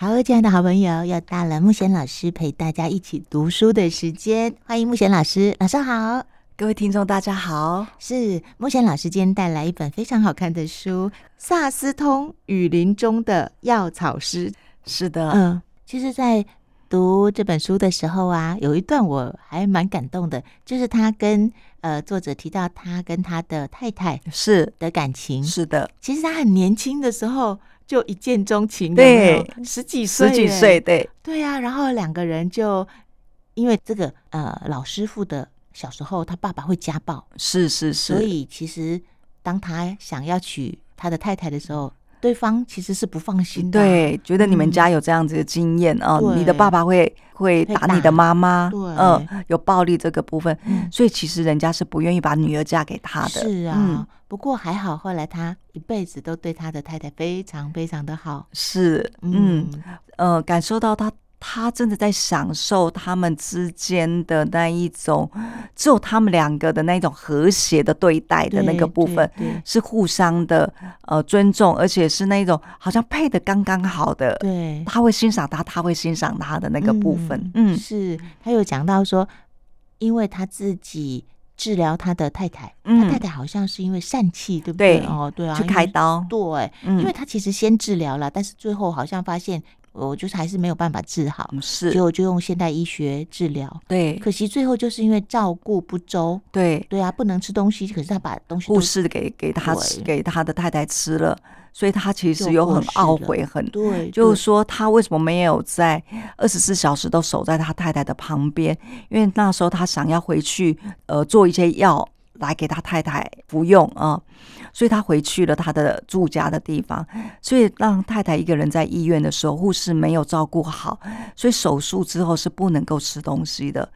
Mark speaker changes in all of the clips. Speaker 1: 喽，亲爱的好朋友，又到了木贤老师陪大家一起读书的时间，欢迎木贤老师，老师好。
Speaker 2: 各位听众，大家好。
Speaker 1: 是木贤老师今天带来一本非常好看的书《萨斯通雨林中的药草诗》。
Speaker 2: 是的，
Speaker 1: 嗯，其实，在读这本书的时候啊，有一段我还蛮感动的，就是他跟呃作者提到他跟他的太太
Speaker 2: 是
Speaker 1: 的感情。
Speaker 2: 是的，
Speaker 1: 其实他很年轻的时候就一见钟情，
Speaker 2: 对
Speaker 1: 有没有，十几岁，
Speaker 2: 十几岁，，对，
Speaker 1: 对啊，然后两个人就因为这个呃老师傅的小时候他爸爸会家暴，
Speaker 2: 是是
Speaker 1: 所
Speaker 2: 是，
Speaker 1: 以其实当他想要娶他的太太的时候，对方其实是不放心的啊、
Speaker 2: 对，觉得你们家有这样子的经验啊，
Speaker 1: 对
Speaker 2: 你的爸爸会会
Speaker 1: 会
Speaker 2: 打
Speaker 1: 打
Speaker 2: 你的妈妈，
Speaker 1: 对
Speaker 2: 嗯，有暴力这个部分
Speaker 1: 嗯，
Speaker 2: 所以其实人家是不愿意把女儿嫁给他的，
Speaker 1: 是啊，
Speaker 2: 嗯，
Speaker 1: 不过还好，后来他一辈子都对他的太太非常非常的好。
Speaker 2: 是，嗯，
Speaker 1: 嗯，
Speaker 2: 呃，感受到他他真的在享受他们之间的那一种，只有他们两个的那一种和谐的对待的那
Speaker 1: 对
Speaker 2: 个部
Speaker 1: 对
Speaker 2: 分，
Speaker 1: 对
Speaker 2: 是互相的呃尊重，而且是那一种好像配的刚刚好的，
Speaker 1: 对嗯
Speaker 2: 他会欣赏他，他会欣赏他的那呃个部分，嗯，
Speaker 1: 是他有讲到说，因为他自己治疗他的太太，
Speaker 2: 嗯
Speaker 1: 他太太好像是因为疝气，对不
Speaker 2: 对
Speaker 1: 哦，对啊，
Speaker 2: 去
Speaker 1: 因为
Speaker 2: 开刀，
Speaker 1: 对，因为
Speaker 2: 嗯，
Speaker 1: 他其实先治疗了，但是最后好像发现，我就是还是没有办法治好，
Speaker 2: 是，嗯
Speaker 1: 就就用现代医学治疗。
Speaker 2: 对
Speaker 1: 可惜最后就是因为照顾不周，
Speaker 2: 对，
Speaker 1: 对啊，不能吃东西，可是他把东西都
Speaker 2: 护士给给他吃
Speaker 1: 对
Speaker 2: 给他的太太吃了，所以他其
Speaker 1: 就
Speaker 2: 实有
Speaker 1: 过
Speaker 2: 很
Speaker 1: 世
Speaker 2: 懊
Speaker 1: 了
Speaker 2: 悔，很
Speaker 1: 对，
Speaker 2: 就
Speaker 1: 对
Speaker 2: 是说他为什么没有在二十四小时都守在他太太的旁边？因为那时候他想要回去，呃，做一些药来给他太太服用啊，所以他回去了他的住家的地方，所以让太太一个人在医院的时候，护士没有照顾好，所以手术之后是不能够吃东西的。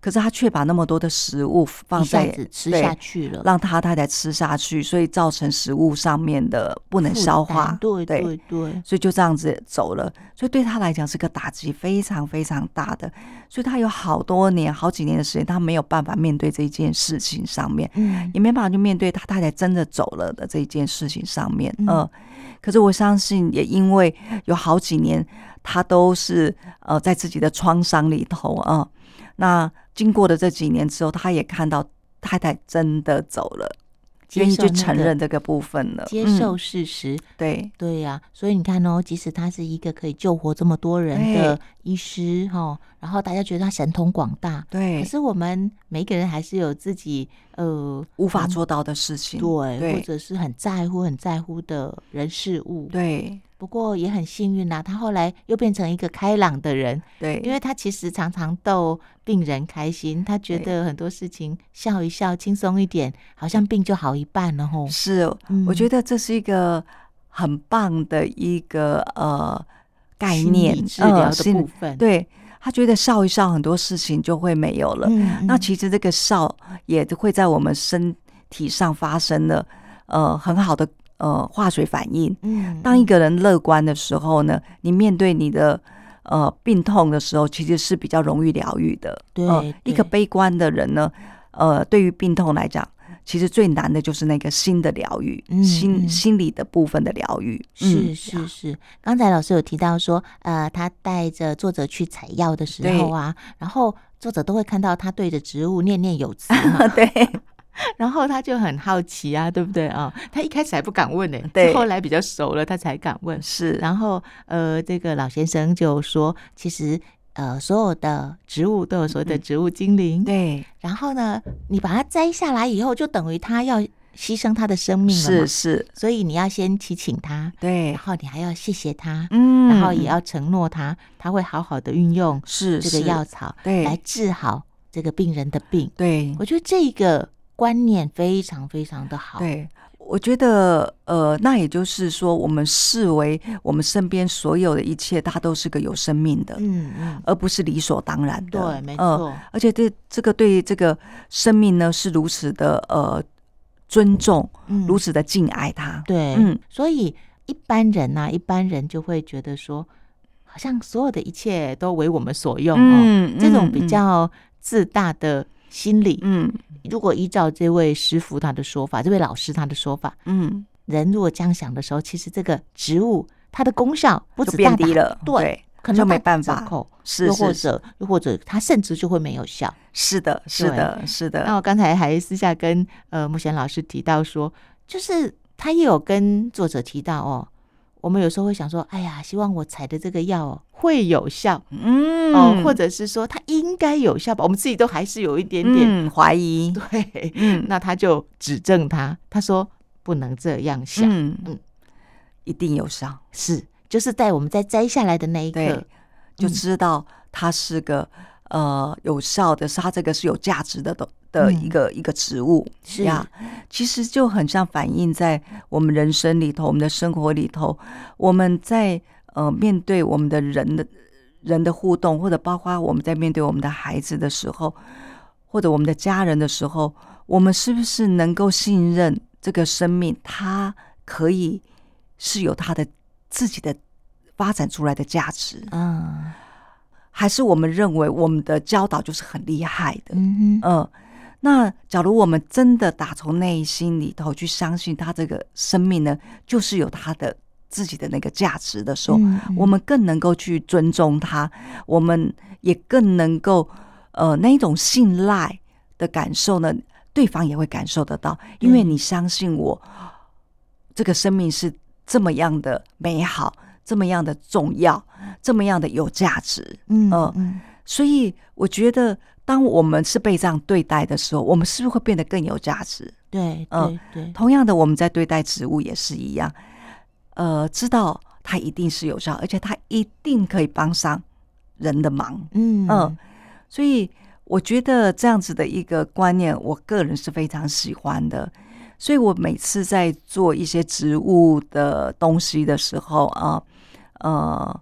Speaker 2: 可是他却把那么多的食物放
Speaker 1: 一下
Speaker 2: 在
Speaker 1: 子吃
Speaker 2: 对
Speaker 1: 下去了，
Speaker 2: 让他太太吃下去，所以造成食物上面的不能
Speaker 1: 负
Speaker 2: 消
Speaker 1: 担
Speaker 2: 化，
Speaker 1: 对对对，
Speaker 2: 所以就这样子走了，所以对他来讲是个打击非常非常大的，所以他有好多年、好几年的时间，他没有办法面对这件事情上面，
Speaker 1: 嗯
Speaker 2: 也没办法去面对他太太真的走了的这一件事情上面，
Speaker 1: 嗯
Speaker 2: 嗯、可是我相信，也因为有好几年，他都是呃在自己的创伤里头啊、呃那经过了这几年之后，他也看到太太真的走了，
Speaker 1: 接
Speaker 2: 愿意
Speaker 1: 受
Speaker 2: 去
Speaker 1: 那
Speaker 2: 承
Speaker 1: 个
Speaker 2: 认这个部分了，
Speaker 1: 接
Speaker 2: 嗯
Speaker 1: 受事实，
Speaker 2: 对。
Speaker 1: 对呀、所以你看哦，即使他是一个可以救活这么多人的医师哈、哦，然后大家觉得他神通广大，
Speaker 2: 对，
Speaker 1: 可是我们每一个人还是有自己呃
Speaker 2: 无法做到的事情。
Speaker 1: 对，或
Speaker 2: 对
Speaker 1: 者是很在乎、很在乎的人事物。
Speaker 2: 对
Speaker 1: 不过也很幸运啊呐、他后来又变成一个开朗的人，
Speaker 2: 对，
Speaker 1: 因为他其实常常逗病人开心，他觉
Speaker 2: 对
Speaker 1: 得很多事情笑一笑，轻松一点，好像病就好一半了吼。
Speaker 2: 是、
Speaker 1: 嗯
Speaker 2: 我觉得这是一个很棒的一个呃概
Speaker 1: 心理
Speaker 2: 念，
Speaker 1: 治疗
Speaker 2: 呃
Speaker 1: 的
Speaker 2: 心
Speaker 1: 部分，
Speaker 2: 对他觉得笑一笑，很多事情就会没有了。
Speaker 1: 嗯，嗯
Speaker 2: 那其实这个笑也会在我们身体上发生了呃很好的呃化学反应。
Speaker 1: 嗯，
Speaker 2: 当一
Speaker 1: 嗯
Speaker 2: 个人乐观的时候呢，你面对你的呃病痛的时候，其实是比较容易疗愈的。
Speaker 1: 对
Speaker 2: 呃一个
Speaker 1: 对
Speaker 2: 悲观的人呢，呃，对于病痛来讲，其实最难的就是那个心的疗愈，
Speaker 1: 嗯嗯
Speaker 2: 心心理的部分的疗愈。
Speaker 1: 是
Speaker 2: 嗯
Speaker 1: 是是，刚才老师有提到说，呃，他带着作者去采药的时
Speaker 2: 对
Speaker 1: 候啊，然后作者都会看到他对着植物念念有词嘛，
Speaker 2: 对
Speaker 1: 然后他就很好奇啊，对不对啊、他一开始还不敢问呢、是
Speaker 2: 对
Speaker 1: 后来比较熟了，他才敢问。
Speaker 2: 是，
Speaker 1: 然后，呃，这个老先生就说，其实，呃，所有的植物都有所谓的
Speaker 2: 嗯
Speaker 1: 植物精灵，
Speaker 2: 对
Speaker 1: 然后呢，你把它摘下来以后，就等于他要牺牲他的生命了嘛
Speaker 2: 是，是，
Speaker 1: 所以你要先祈请他，
Speaker 2: 对
Speaker 1: 然，后你还要谢谢他，
Speaker 2: 嗯
Speaker 1: 然后也
Speaker 2: 嗯
Speaker 1: 要承诺他，他会好好的运用
Speaker 2: 是
Speaker 1: 这个
Speaker 2: 是
Speaker 1: 药草来
Speaker 2: 对
Speaker 1: 治好这个病人的病。
Speaker 2: 对
Speaker 1: 我觉得这个观念非常非常的好。
Speaker 2: 对。我觉得，呃，那也就是说，我们视为我们身边所有的一切，它都是个有生命的，
Speaker 1: 嗯嗯，
Speaker 2: 而不是理所当然
Speaker 1: 对，
Speaker 2: 的。
Speaker 1: 没
Speaker 2: 呃
Speaker 1: 错，
Speaker 2: 而且对这个对这个生命呢是如此的呃尊重，
Speaker 1: 嗯，
Speaker 2: 如此的敬爱它。
Speaker 1: 对，
Speaker 2: 嗯
Speaker 1: 所以一般人呐、一般人就会觉得说，好像所有的一切都为我们所用哦，
Speaker 2: 嗯
Speaker 1: 这种比较自大的心理，
Speaker 2: 嗯
Speaker 1: 如果依照这位师傅他的说法，这位老师他的说法，
Speaker 2: 嗯
Speaker 1: 人如果这样想的时候，其实这个植物它的功效不
Speaker 2: 就
Speaker 1: 止
Speaker 2: 变
Speaker 1: 大
Speaker 2: 低
Speaker 1: 打，
Speaker 2: 了，
Speaker 1: 对
Speaker 2: 对，
Speaker 1: 可能
Speaker 2: 就没
Speaker 1: 大打
Speaker 2: 办
Speaker 1: 折
Speaker 2: 法
Speaker 1: 扣，
Speaker 2: 是
Speaker 1: 又或
Speaker 2: 是是
Speaker 1: 者又或者它甚至就会没有效。
Speaker 2: 是的，是
Speaker 1: 对哦
Speaker 2: 的，是
Speaker 1: 那
Speaker 2: 的，
Speaker 1: 我刚才还私下跟呃木贤老师提到说，就是他也有跟作者提到哦，我们有时候会想说，哎呀，希望我采的这个药哦会有效
Speaker 2: 嗯，
Speaker 1: 哦，或者是说它应该有效吧，我们自己都还是有一点点、
Speaker 2: 嗯怀疑，
Speaker 1: 对。
Speaker 2: 嗯
Speaker 1: 那他就指正他，他说不能这样想，
Speaker 2: 嗯
Speaker 1: 嗯
Speaker 2: 嗯，一定有伤，
Speaker 1: 是就是在我们在摘下来的那一刻
Speaker 2: 对，，就
Speaker 1: 嗯
Speaker 2: 知道它是个呃有效的，是它这个是有价值的的的一
Speaker 1: 嗯
Speaker 2: 个、一个植物
Speaker 1: 是
Speaker 2: 呀。其实就很像反映在我们人生里头，我们的生活里头，我们在呃面对我们的人的人的互动，或者包括我们在面对我们的孩子的时候，或者我们的家人的时候，我们是不是能够信任这个生命，它可以是有它的自己的发展出来的价值？
Speaker 1: 嗯
Speaker 2: 还是我们认为我们的教导就是很厉害的。
Speaker 1: 嗯
Speaker 2: 嗯、
Speaker 1: 哼
Speaker 2: 那假如我们真的打从内心里头去相信他这个生命呢，就是有他的自己的那个价值的时候，
Speaker 1: 嗯嗯
Speaker 2: 我们更能够去尊重他，我们也更能够呃那一种信赖的感受呢，对方也会感受得到，因为
Speaker 1: 嗯
Speaker 2: 你相信我，这个生命是这么样的美好，这么样的重要，这么样的有价值。
Speaker 1: 嗯
Speaker 2: 呃
Speaker 1: 嗯
Speaker 2: 所以我觉得，当我们是被这样对待的时候，我们是不是会变得更有价值？
Speaker 1: 对
Speaker 2: 呃
Speaker 1: 对对，
Speaker 2: 同样的，我们在对待植物也是一样，呃，知道它一定是有效，而且它一定可以帮上人的忙。
Speaker 1: 嗯
Speaker 2: 嗯所以我觉得这样子的一个观念，我个人是非常喜欢的。所以我每次在做一些植物的东西的时候啊，呃，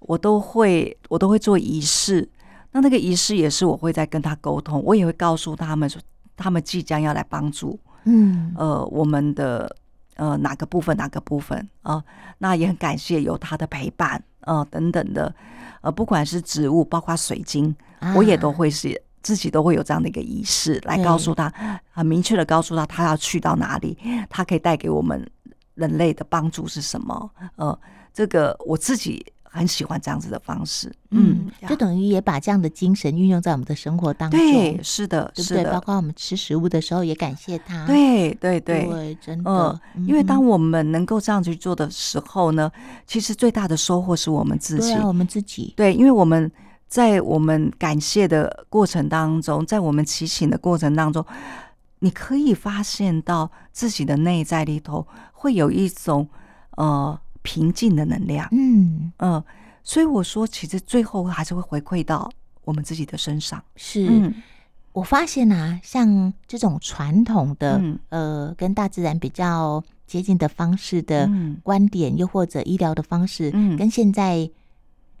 Speaker 2: 我都会我都会做仪式。那那个仪式也是我会在跟他沟通，我也会告诉他们说，他们即将要来帮助
Speaker 1: 嗯
Speaker 2: 呃我们的呃哪个部分哪个部分啊、那也很感谢有他的陪伴啊、呃等等的，呃，不管是植物，包括水晶，我也都
Speaker 1: 啊
Speaker 2: 会是自己都会有这样的一个仪式来告诉他，很明确的告诉他他要去到哪里，他可以带给我们人类的帮助是什么。呃，这个我自己很喜欢这样子的方式。
Speaker 1: 嗯，就
Speaker 2: 呀
Speaker 1: 等于也把这样的精神运用在我们的生活当中，
Speaker 2: 对，是的，
Speaker 1: 对不
Speaker 2: 是
Speaker 1: 对？包
Speaker 2: 的，
Speaker 1: 括我们吃食物的时候也感谢他，
Speaker 2: 对对对。
Speaker 1: 对，真
Speaker 2: 嗯
Speaker 1: 的，，
Speaker 2: 因为当
Speaker 1: 嗯
Speaker 2: 我们能够这样去做的时候呢，其实最大的收获是我们自己。
Speaker 1: 对啊，我们自己，
Speaker 2: 对，因为我们在我们感谢的过程当中，在我们祈请的过程当中，你可以发现到自己的内在里头会有一种呃平静的能量，
Speaker 1: 嗯，
Speaker 2: 嗯、所以我说，其实最后还是会回馈到我们自己的身上。
Speaker 1: 是。
Speaker 2: 嗯
Speaker 1: 我发现啊，像这种传统的、
Speaker 2: 嗯
Speaker 1: 呃，跟大自然比较接近的方式的
Speaker 2: 嗯
Speaker 1: 观点，又或者医疗的方式，
Speaker 2: 嗯
Speaker 1: 呃跟现在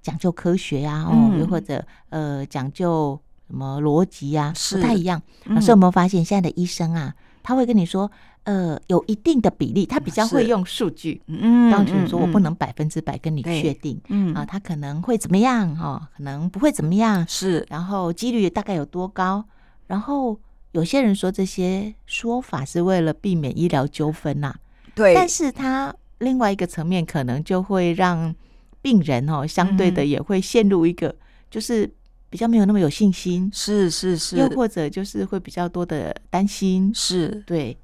Speaker 1: 讲究科学啊，哦，
Speaker 2: 嗯
Speaker 1: 又或者呃讲究什么逻辑啊，
Speaker 2: 是
Speaker 1: 不太一样。老师
Speaker 2: 嗯
Speaker 1: 有没有发现，现在的医生啊，他会跟你说，呃，有一定的比例，他比较会
Speaker 2: 是
Speaker 1: 用数据。
Speaker 2: 嗯
Speaker 1: 当时说我不，
Speaker 2: 嗯
Speaker 1: 能百分之百跟你
Speaker 2: 对
Speaker 1: 确定
Speaker 2: 嗯
Speaker 1: 啊，他可能会怎么样哦，可能不会怎么样，
Speaker 2: 是
Speaker 1: 然后几率大概有多高？然后有些人说这些说法是为了避免医疗纠纷呐、
Speaker 2: 对，
Speaker 1: 但是他另外一个层面可能就会让病人哦，相对的
Speaker 2: 嗯
Speaker 1: 也会陷入一个就是比较没有那么有信心，
Speaker 2: 是是是
Speaker 1: 又或者就是会比较多的担心。
Speaker 2: 是，
Speaker 1: 对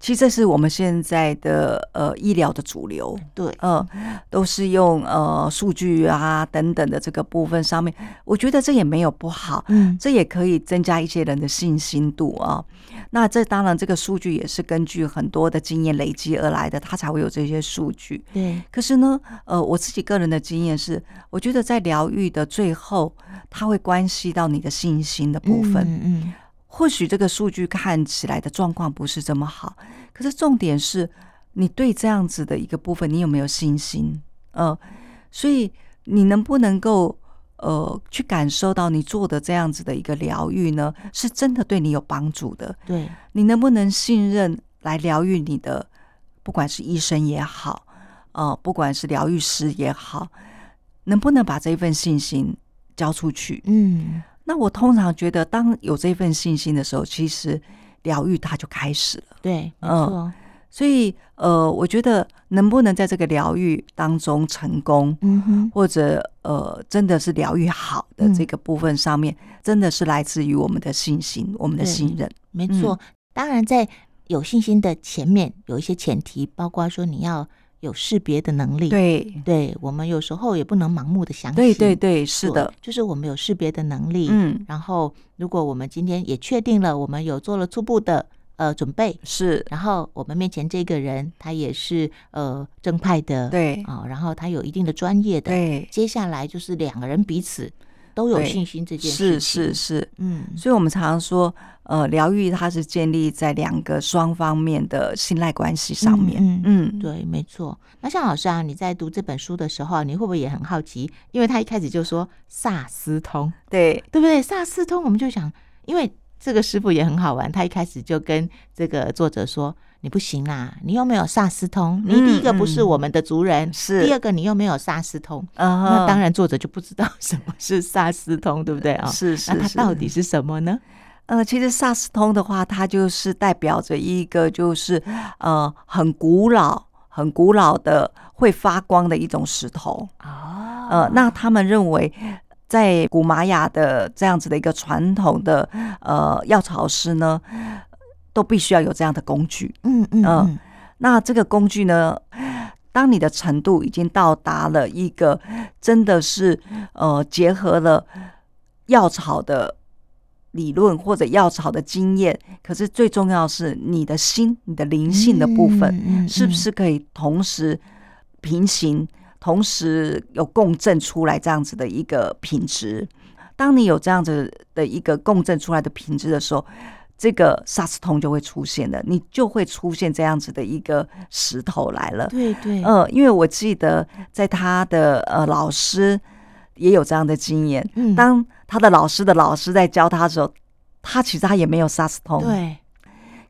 Speaker 2: 其实这是我们现在的呃医疗的主流。
Speaker 1: 对，
Speaker 2: 呃，都是用呃数据啊等等的这个部分上面，我觉得这也没有不好，
Speaker 1: 嗯
Speaker 2: 这也可以增加一些人的信心度啊。那这当然，这个数据也是根据很多的经验累积而来的，它才会有这些数据。
Speaker 1: 对，
Speaker 2: 可是呢，呃，我自己个人的经验是，我觉得在疗愈的最后，它会关系到你的信心的部分。
Speaker 1: 嗯嗯
Speaker 2: 或许这个数据看起来的状况不是这么好，可是重点是你对这样子的一个部分，你有没有信心？呃，所以你能不能够呃去感受到你做的这样子的一个疗愈呢，是真的对你有帮助的？
Speaker 1: 对，
Speaker 2: 你能不能信任来疗愈你的，不管是医生也好，呃，不管是疗愈师也好，能不能把这一份信心交出去？
Speaker 1: 嗯
Speaker 2: 那我通常觉得，当有这份信心的时候，其实疗愈它就开始了。
Speaker 1: 对，没
Speaker 2: 嗯
Speaker 1: 错，
Speaker 2: 所以呃，我觉得能不能在这个疗愈当中成功，
Speaker 1: 嗯哼，
Speaker 2: 或者呃，真的是疗愈好的
Speaker 1: 嗯
Speaker 2: 这个部分上面，真的是来自于我们的信心、我们的
Speaker 1: 对
Speaker 2: 信任。
Speaker 1: 没错。
Speaker 2: 嗯
Speaker 1: 当然，在有信心的前面有一些前提，包括说你要有识别的能力。，
Speaker 2: 对，
Speaker 1: 对我们有时候也不能盲目的相信。
Speaker 2: 对，对，对，是
Speaker 1: 对
Speaker 2: 的，，
Speaker 1: 就是我们有识别的能力。
Speaker 2: 嗯，
Speaker 1: 然后，如果我们今天也确定了，我们有做了初步的呃准备，
Speaker 2: 是，
Speaker 1: 然后我们面前这个人他也是呃正派的，
Speaker 2: 对，
Speaker 1: 啊、然后他有一定的专业的，
Speaker 2: 对，
Speaker 1: 接下来就是两个人彼此都有
Speaker 2: 对
Speaker 1: 信心这件事
Speaker 2: 是
Speaker 1: 情，
Speaker 2: 是是。
Speaker 1: 嗯，
Speaker 2: 所以我们常常说，呃，疗愈它是建立在两个双方面的信赖关系上面。
Speaker 1: 嗯
Speaker 2: 嗯，
Speaker 1: 对，没错。那像老师啊，你在读这本书的时候，你会不会也很好奇？因为他一开始就说萨斯通，
Speaker 2: 对，
Speaker 1: 对不对？萨斯通，我们就想，因为这个师傅也很好玩，他一开始就跟这个作者说：“你不行啦，你又没有萨斯通，你第一个不是
Speaker 2: 嗯
Speaker 1: 我们的族人，
Speaker 2: 是
Speaker 1: 第二个你又没有萨斯通。”
Speaker 2: 嗯哼，
Speaker 1: 那当然，作者就不知道什么是萨斯通，对不对啊？
Speaker 2: 是是
Speaker 1: 那它
Speaker 2: 是
Speaker 1: 到底是什么呢？
Speaker 2: 呃，其实萨斯通的话，它就是代表着一个就是呃很古老、很古老的会发光的一种石头。
Speaker 1: 哦
Speaker 2: 呃，那他们认为。在古玛雅的这样子的一个传统的呃药草师呢，都必须要有这样的工具。
Speaker 1: 嗯嗯
Speaker 2: 呃
Speaker 1: 嗯，
Speaker 2: 那这个工具呢， 当你的程度已经到达了一个真的是呃结合了药草的理论或者药草的经验，可是最重要是你的心、你的灵性的部分、
Speaker 1: 嗯
Speaker 2: 是不？是可以同时平行、同时有共振出来这样子的一个品质？当你有这样子的一个共振出来的品质的时候，这个萨斯通就会出现的，你就会出现这样子的一个石头来了
Speaker 1: 嗯。对对，
Speaker 2: 呃，因为我记得在他的呃老师也有这样的经验，
Speaker 1: 嗯
Speaker 2: 当他的老师的老师在教他的时候，他其实他也没有萨斯通，，
Speaker 1: 对，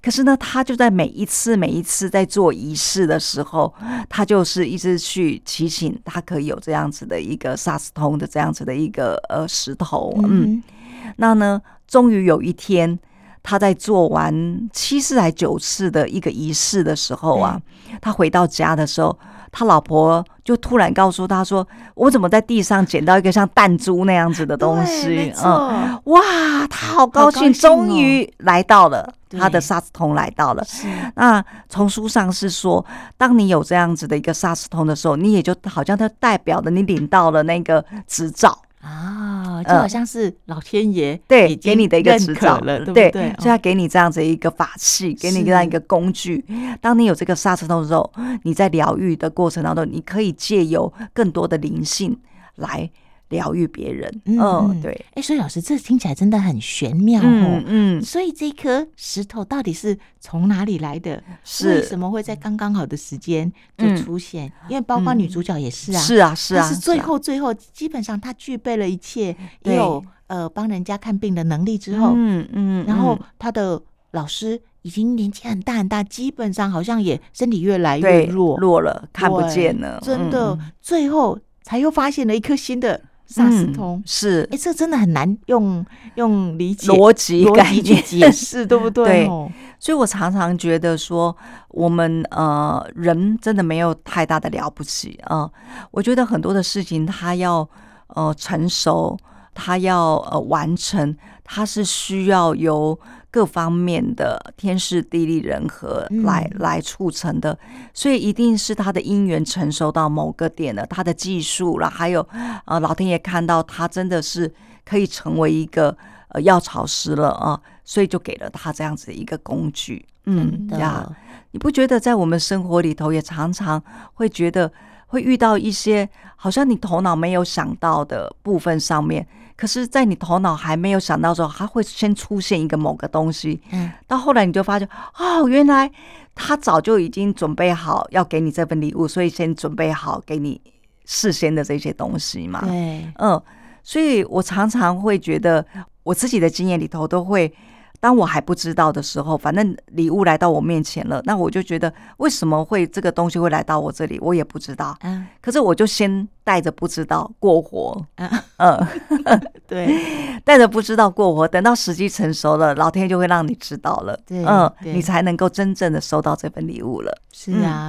Speaker 2: 可是呢，他就在每一次每一次在做仪式的时候，他就是一直去提醒他可以有这样子的一个萨斯通的这样子的一个呃石头，嗯，
Speaker 1: 嗯
Speaker 2: 那呢，终于有一天。他在做完七次还九次的一个仪式的时候啊，他回到家的时候，他老婆就突然告诉他说：“我怎么在地上捡到一个像弹珠那样子的
Speaker 1: 哼，
Speaker 2: 东
Speaker 1: 对
Speaker 2: 西嗯
Speaker 1: 没？”错，
Speaker 2: 哇，他好高
Speaker 1: 好高
Speaker 2: 兴，
Speaker 1: 兴哦
Speaker 2: 终于来到了
Speaker 1: 对
Speaker 2: 他的萨斯通来到了。
Speaker 1: 是
Speaker 2: 那从书上是说，当你有这样子的一个萨斯通的时候，你也就好像它代表了你领到了那个执照，
Speaker 1: 啊，就
Speaker 2: 嗯
Speaker 1: 好像是老天爷
Speaker 2: 对，
Speaker 1: 已
Speaker 2: 给
Speaker 1: 经
Speaker 2: 你的一个
Speaker 1: 认
Speaker 2: 执
Speaker 1: 可
Speaker 2: 照
Speaker 1: 了，对不
Speaker 2: 对哦
Speaker 1: 对？
Speaker 2: 所以它给你这样子一个法器，给你
Speaker 1: 是
Speaker 2: 这样一个工具。当你有这个萨斯通之后，你在疗愈的过程当中，你可以借由更多的灵性来疗愈别人。
Speaker 1: 嗯
Speaker 2: 嗯，
Speaker 1: 嗯
Speaker 2: 对，
Speaker 1: 哎，所以老师，这听起来真的很玄妙
Speaker 2: 嗯
Speaker 1: 哦。
Speaker 2: 嗯，
Speaker 1: 所以这颗石头到底是从哪里来的？为
Speaker 2: 是
Speaker 1: 什么会在刚刚好的时间就
Speaker 2: 嗯
Speaker 1: 出现？因为包括
Speaker 2: 嗯
Speaker 1: 女主角也是啊，
Speaker 2: 是啊是啊，
Speaker 1: 但是最
Speaker 2: 啊
Speaker 1: 后最后，基本上他具备了一切，也
Speaker 2: 对
Speaker 1: 有呃帮人家看病的能力之后，
Speaker 2: 嗯嗯，
Speaker 1: 然后
Speaker 2: 嗯
Speaker 1: 他的老师已经年纪很大很大，基本上好像也身体越来越
Speaker 2: 对
Speaker 1: 弱，
Speaker 2: 弱了，看不
Speaker 1: 对
Speaker 2: 见了，
Speaker 1: 真
Speaker 2: 嗯
Speaker 1: 的、
Speaker 2: 嗯
Speaker 1: 最后才又发现了一颗新的萨斯
Speaker 2: 嗯
Speaker 1: 通。
Speaker 2: 是
Speaker 1: 哎、这真的很难用用理解
Speaker 2: 逻辑
Speaker 1: 逻
Speaker 2: 概
Speaker 1: 辑去解
Speaker 2: 念。
Speaker 1: 释，对不对
Speaker 2: 对
Speaker 1: 哦？
Speaker 2: 所以我常常觉得说，我们呃人真的没有太大的了不起啊、呃我觉得很多的事情，它要呃成熟，它要呃完成，它是需要由各方面的天时地利人和
Speaker 1: 嗯
Speaker 2: 来、来促成的。所以一定是他的因缘成熟到某个点了，他的技术啦，还有呃老天爷看到他真的是可以成为一个呃药草师了啊、所以就给了他这样子一个工具。嗯
Speaker 1: 真的
Speaker 2: 呀，你不觉得在我们生活里头也常常会觉得会遇到一些好像你头脑没有想到的部分上面，可是，在你头脑还没有想到的时候，它会先出现一个某个东西，
Speaker 1: 嗯，
Speaker 2: 到后来你就发现，哦，原来他早就已经准备好要给你这份礼物，所以先准备好给你事先的这些东西嘛。
Speaker 1: 对，
Speaker 2: 嗯，所以我常常会觉得，我自己的经验里头都会当我还不知道的时候，反正礼物来到我面前了，那我就觉得为什么会这个东西会来到我这里，我也不知道。
Speaker 1: 啊
Speaker 2: 可是我就先带着不知道过活，
Speaker 1: 啊，
Speaker 2: 嗯，
Speaker 1: 对，
Speaker 2: 带着不知道过活，等到时机成熟了，老天就会让你知道了，
Speaker 1: 对
Speaker 2: 嗯，
Speaker 1: 对
Speaker 2: 你才能够真正的收到这份礼物了。
Speaker 1: 是啊，